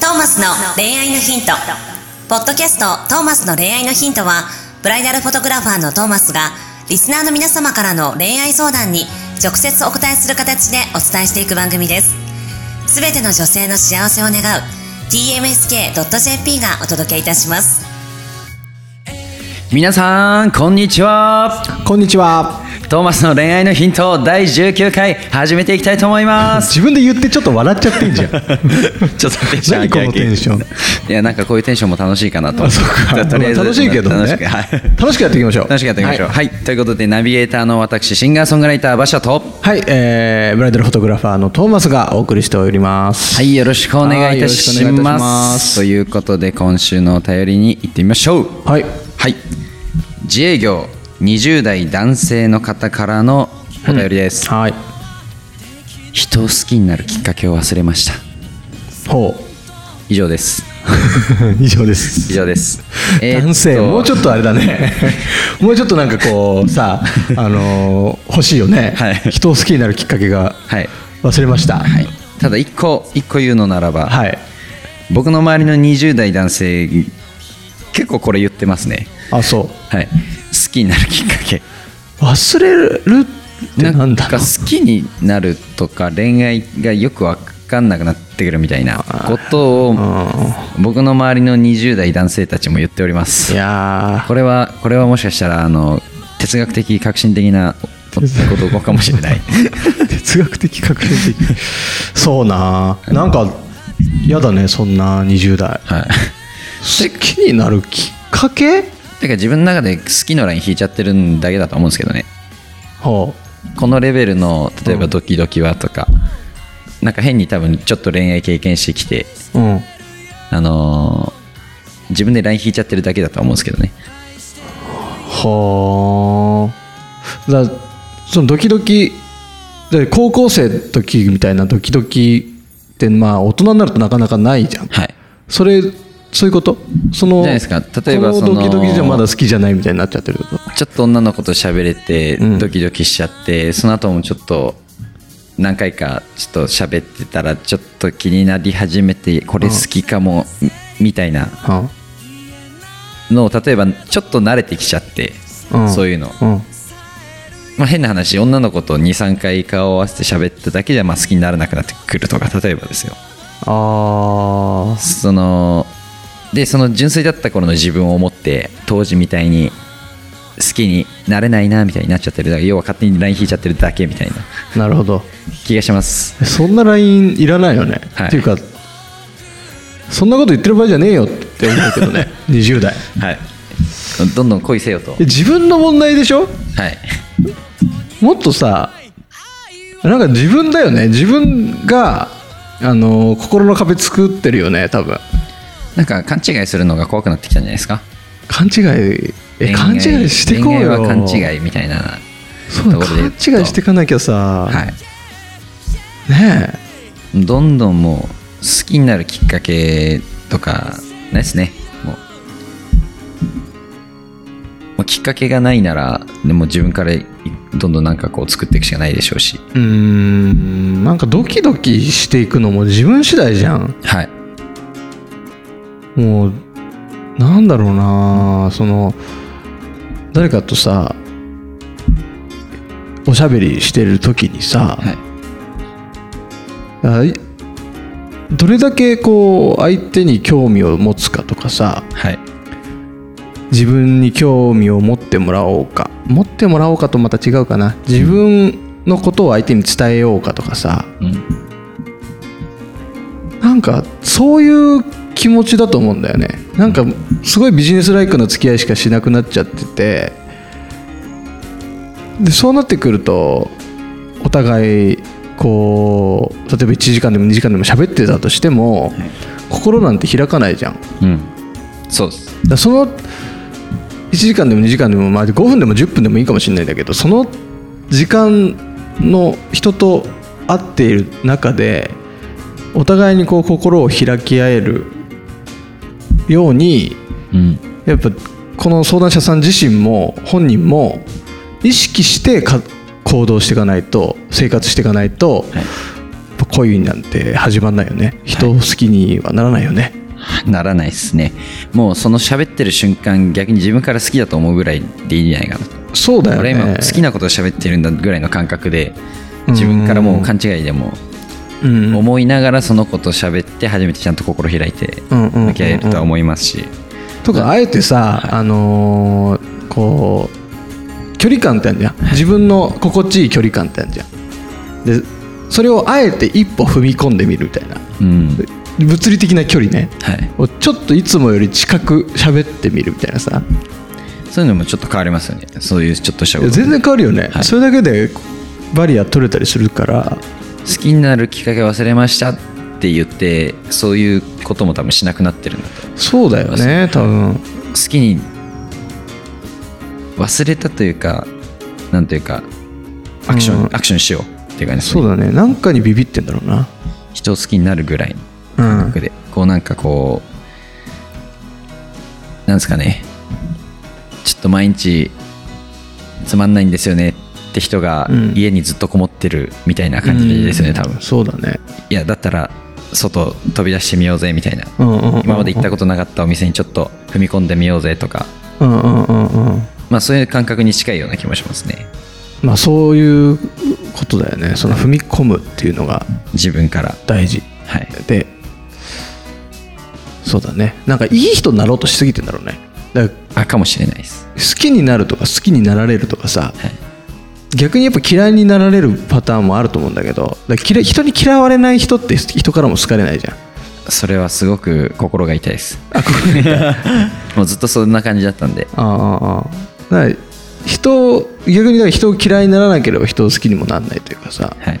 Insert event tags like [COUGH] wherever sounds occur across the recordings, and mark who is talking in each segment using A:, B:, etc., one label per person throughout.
A: トーマスの恋愛のヒント。ポッドキャストトーマスの恋愛のヒントは、ブライダルフォトグラファーのトーマスが、リスナーの皆様からの恋愛相談に直接お答えする形でお伝えしていく番組です。すべての女性の幸せを願う、tmsk.jp がお届けいたします。
B: 皆さんこんにちは
C: こんにちは。
B: トーマスの恋愛のヒント第19回始めていきたいと思います
C: 自分で言ってちょっと笑っちゃってんじゃ
B: [LAUGHS]
C: ん。
B: ちょっとテンション
C: 何このテンション
B: ンいやなんかこういうテンションも楽しいかなと思ってとりあえず
C: 楽しいけどね。
B: 楽しくはい
C: 楽しくやっていきましょう。
B: 楽しくやっていきましょうはい、ということでナビゲーターの私シンガーソングライター馬車と
C: はい。はい、えー、ブライダルフォトグラファーのトーマスがお送りしております。
B: はいよろしくお願いいたし
C: はいよろしくお願いいたし
B: ます
C: ます
B: ということで今週のお便りに行ってみましょう
C: はい。
B: はい自営業20代男性の方からのお便りです、
C: はい。
B: 人を好きになるきっかけを忘れました
C: ほう。 [LAUGHS]
B: 以上です
C: 以上で
B: 以
C: す。
B: 上です、えーっと
C: 男性、もうちょっとあれだね。
B: [LAUGHS]
C: もうちょっとなんかこう、さ、あのー欲しいよね、
B: はい
C: 人を好きになるきっかけが
B: はい
C: 忘れました。は
B: はい。ただ一個一個言うのならば、
C: はい。
B: 僕の周りの20代男性結構これ言ってますね
C: あ、そう。
B: はい好きになるきっかけ
C: 忘れるってなんだ
B: か好きになるとか恋愛がよく分かんなくなってくるみたいなことを僕の周りの20代男性たちも言っておりま
C: い
B: す
C: や
B: これはこれはもしかしたらあの哲学的革新的なことかもしれ
C: [LAUGHS]
B: ない
C: ー [LAUGHS] 哲学的確定的そうなーなんかやだねそんな20代
B: はい
C: 好きになるきっかけ
B: てか自分の中で好きのライン引いちゃってるんだけだと思うんですけどね
C: ほ
B: このレベルの例えばドキドキはとか、なんか変に多分ちょっと恋愛経験してきて
C: ううん
B: あのー自分でライン引いちゃってるだけだと思うんですけどね
C: はあだそのドキドキで高校生の時みたいなドキドキってまあ大人になるとなかなかないじゃん
B: はい
C: それそういうことその
B: じゃないですか例えば
C: こ
B: その
C: のドキドキじゃまだ好きじゃないみたいになっちゃってるってこと
B: ちょっと女の子と喋れて
C: うん
B: ドキドキしちゃって、その後もちょっと何回かちょっと喋ってたらちょっと気になり始めてこれ好きかも、みたいな
C: は
B: のを例えばちょっと慣れてきちゃって、
C: うん
B: そういうの、
C: あうん
B: まあ、変な話女の子と23回顔を合わせて喋っただけじゃまあ好きにならなくなってくるとか例えばですよ
C: あー
B: そのでその純粋だった頃の自分を思って当時みたいに好きになれないなみたいになっちゃってるだけ要は勝手にライン引いちゃってるだけみたいな
C: なるほど
B: 気がします
C: そんな LINE いらないよね、
B: はい
C: っていうかそんなこと言ってる場合じゃねえよって思うけど
B: [LAUGHS]
C: ね20代
B: はいどんどん恋せよとは
C: え自分の問題でしょ
B: い
C: もっとさなんか自分だよね自分があの心の壁作ってるよね多分
B: なんか勘違いするのが怖くなってきたんじゃないですか
C: 勘違いえ
B: 恋愛
C: 勘違いしてこうよ
B: 恋愛は勘違いみたいな
C: そうだ
B: ところで
C: 勘違いしてかなきゃさ、
B: はい
C: ねえ
B: どんどんもう好きになるきっかけとかないですねもうもうきっかけがないならでも自分からいどんどんなんかこう作っていくしかないでしょうし
C: うーんなんかドキドキしていくのも自分次第じゃん
B: はい
C: もうなんだろうなその誰かとさおしゃべりしてる時にさ、
B: はい
C: あいどれだけこう相手に興味を持つかとかさ
B: はい
C: 自分に興味を持ってもらおうか持ってもらおうかとまた違うかな自分のことを相手に伝えようかとかさ
B: うん
C: なんかそういう気持ちだと思うんだよねなんかすごいビジネスライクな付き合いしかしなくなっちゃっててでそうなってくるとお互いこう例えば1時間でも2時間でも喋ってたとしても心なんて開かないじゃんだか
B: うんそうです
C: らその1時間でも2時間でも、まあ、5分でも10分でもいいかもしれないんだけどその時間の人と会っている中でお互いにこう心を開き合えるように
B: うん
C: やっぱこの相談者さん自身も本人も意識してか行動していかないと生活していかない
B: は
C: と、
B: い
C: ぱ恋なんて始まんないよね人を好きにはならないよね、
B: ならないですねもうその喋ってる瞬間逆に自分から好きだと思うぐらいでいいんじゃないかな
C: そうだよ
B: 俺
C: ね
B: 今好きなことを喋ってるんだぐらいの感覚で自分からもう勘違いでも
C: うん
B: 思いながらその子と喋って初めてちゃんと心開いて
C: うんうんうんうん
B: 向き合えるとは思いますし
C: とかあえてさ、あのーこう距離感ってあるじゃん自分の心地いい距離感ってあるじゃんでそれをあえて一歩踏み込んでみるみたいな
B: うん
C: 物理的な距離ね
B: はい
C: をちょっといつもより近く喋ってみるみたいなさ
B: そういうのもちょっと変わりますよねそういうちょっとした
C: い
B: こ
C: や
B: と
C: 全然変わるよね、
B: はい
C: それだけでバリア取れたりするから
B: 好きになるきっかけ忘れましたって言ってそういうことも多分しなくなってるんだと
C: そうだよね多分
B: 好きに忘れたというかなんというかアクション、
C: うん
B: アクションしようっていう感じです
C: そ
B: ね
C: うだねなんかにビビってんだろうな
B: 人を好きになるぐらいの
C: うん
B: 感覚で、こうなんかこうなんですかねちょっと毎日つまんないんですよねって人が
C: うん
B: 家にずっとこもってるみたいな感じですよね、
C: うん
B: 多分
C: そうだね
B: いやだったら外飛び出してみようぜみたいな
C: うんうんうんうん
B: 今まで行ったことなかったお店にちょっと踏み込んでみようぜとか
C: うんうんうんうん
B: まあそういう感覚に近いような気もしますね
C: まあそういうことだよねその踏み込むっていうのが
B: 自分から
C: 大事
B: はい
C: でそうだねなんかいい人になろうとしすぎてんだろうねだから
B: あかもしれないです
C: 好きになるとか好きになられるとかさ
B: はい
C: 逆にやっぱ嫌いになられるパターンもあると思うんだけどだから嫌い人に嫌われない人って人からも好かれないじゃん
B: それはすごく心が痛いです [LAUGHS] もうずっとそんな感じだったんで
C: ああああだから人を逆にだから人を嫌いにならなければ人を好きにもなんないというかさ
B: はい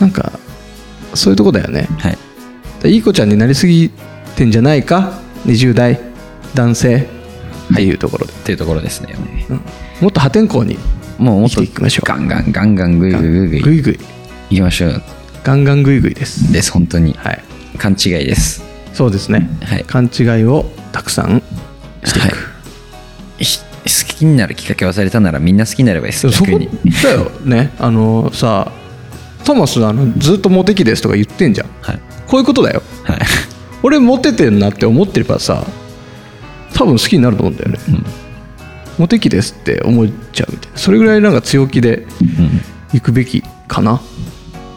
C: なんかそういうとこだよね
B: はい
C: でいい子ちゃんになりすぎてんじゃないか20代男性っていうところで、
B: っていうところですね
C: うんもっと破天荒に
B: もうもっ
C: 生きて
B: と
C: いきましょう
B: ガンガンガンガングイグイグイ
C: グ
B: グイ
C: イグイ
B: いきましょう
C: ガンガングイグイです
B: です本当に
C: はい
B: 勘違いです
C: そうですね、
B: はい
C: 勘違いをたくさんしていく、
B: はいひ好きになるきっかけ忘れたならみんな好きになればいいです
C: でもそ
B: 逆
C: こ
B: に
C: だよねあのさトマスあのずっとモテ期ですとか言ってんじゃん
B: はい
C: こういうことだよ
B: はい [LAUGHS]
C: 俺モテてんなって思ってればさ多分好きになると思うんだよね、モテ期ですって思っちゃうみたいなそれぐらいなんか強気で行くべきかな、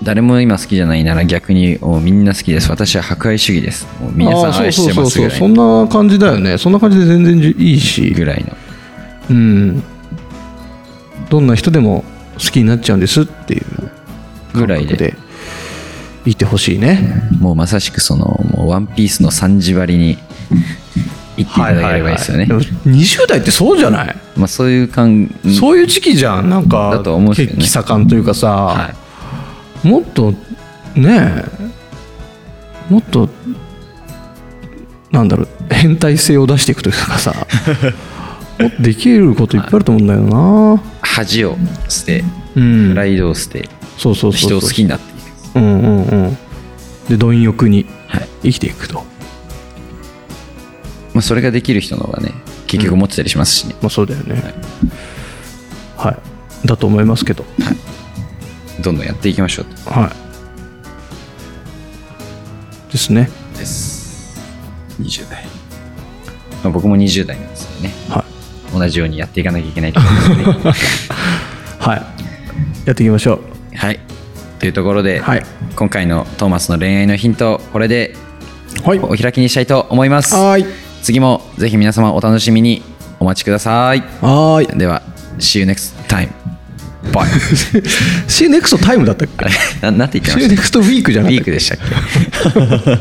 B: 誰も今好きじゃないなら逆にもうみんな好きです私は博愛主義ですもう皆さ
C: あ
B: ん
C: ー
B: 愛してますぐらいう
C: そそうそう
B: の
C: そうそんな感じだよねそんな感じで全然じいいし
B: ぐらいの
C: うんどんな人でも好きになっちゃうんですっていう
B: ぐら
C: 感
B: い
C: 覚
B: で
C: でいてほしいね、
B: もうまさしくそのもうワンピースの三時張りに行っていただければいいですよね、
C: でも20代ってそうじゃない、
B: まあ、そういう感
C: そういう時期じゃんなんか
B: だと思うんですよね
C: 血気盛んというかさ、
B: は
C: もっとねえもっとなんだろう変態性を出していくというかさもっとできることいっぱいあると思うんだよな、
B: い、恥を捨て
C: うん
B: プライドを捨て
C: そうそうそう
B: 人
C: そう
B: を好きになっていく
C: うんうんうんで貪欲に
B: はい
C: 生きていくと、
B: まあ、それができる人の方がね結局持ってたりしますしね、
C: まあそうだよねはい、だと思いますけど
B: どんどんやっていきましょう
C: はいですね
B: とです20代、まあ、僕も20代なんですよね
C: はい
B: 同じようにやっていかなきゃいけないと思うので
C: [LAUGHS] はいやっていきましょう
B: はいというところで、
C: はい
B: 今回のトーマスの恋愛のヒントこれで
C: はい
B: お開きにしたいと思います
C: はい
B: 次もぜひ皆様お楽しみにお待ちください
C: はーい
B: では See you next time Bye
C: [LAUGHS] シーネクストタイムだったっ
B: あ
C: け
B: れななんて言って
C: シ
B: ま
C: ー
B: し
C: ネ
B: た
C: クストウィークじゃ
B: ウ
C: なかっ
B: ィ
C: た
B: ーク
C: っけ
B: でしたっけ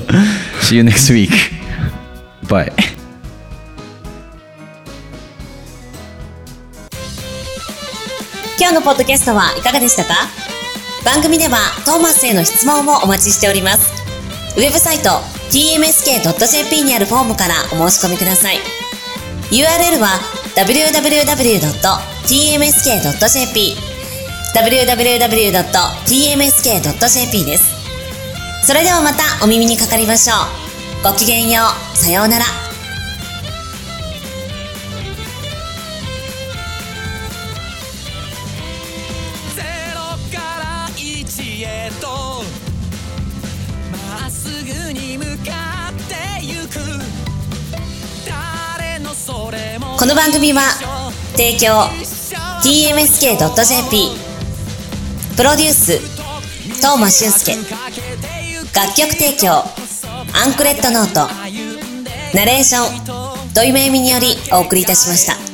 B: [LAUGHS] See you next week Bye
A: 今日のポッドキャストはいかがでしたか番組ではトーマスへの質問もお待ちしております。ウェブサイト tmsk.jp にあるフォームからお申し込みください。URL は www.tmsk.jp www.tmsk.jp です。それではまたお耳にかかりましょう。ごきげんよう。さようなら。
D: ゼロから一へとぐに向かってゆく誰のそれも
A: この番組は提供
D: 一緒
A: tmsk.jp プロデュース東間俊介楽曲提供アンクレットノートナレーション土井めゆみによりお送りいたしました。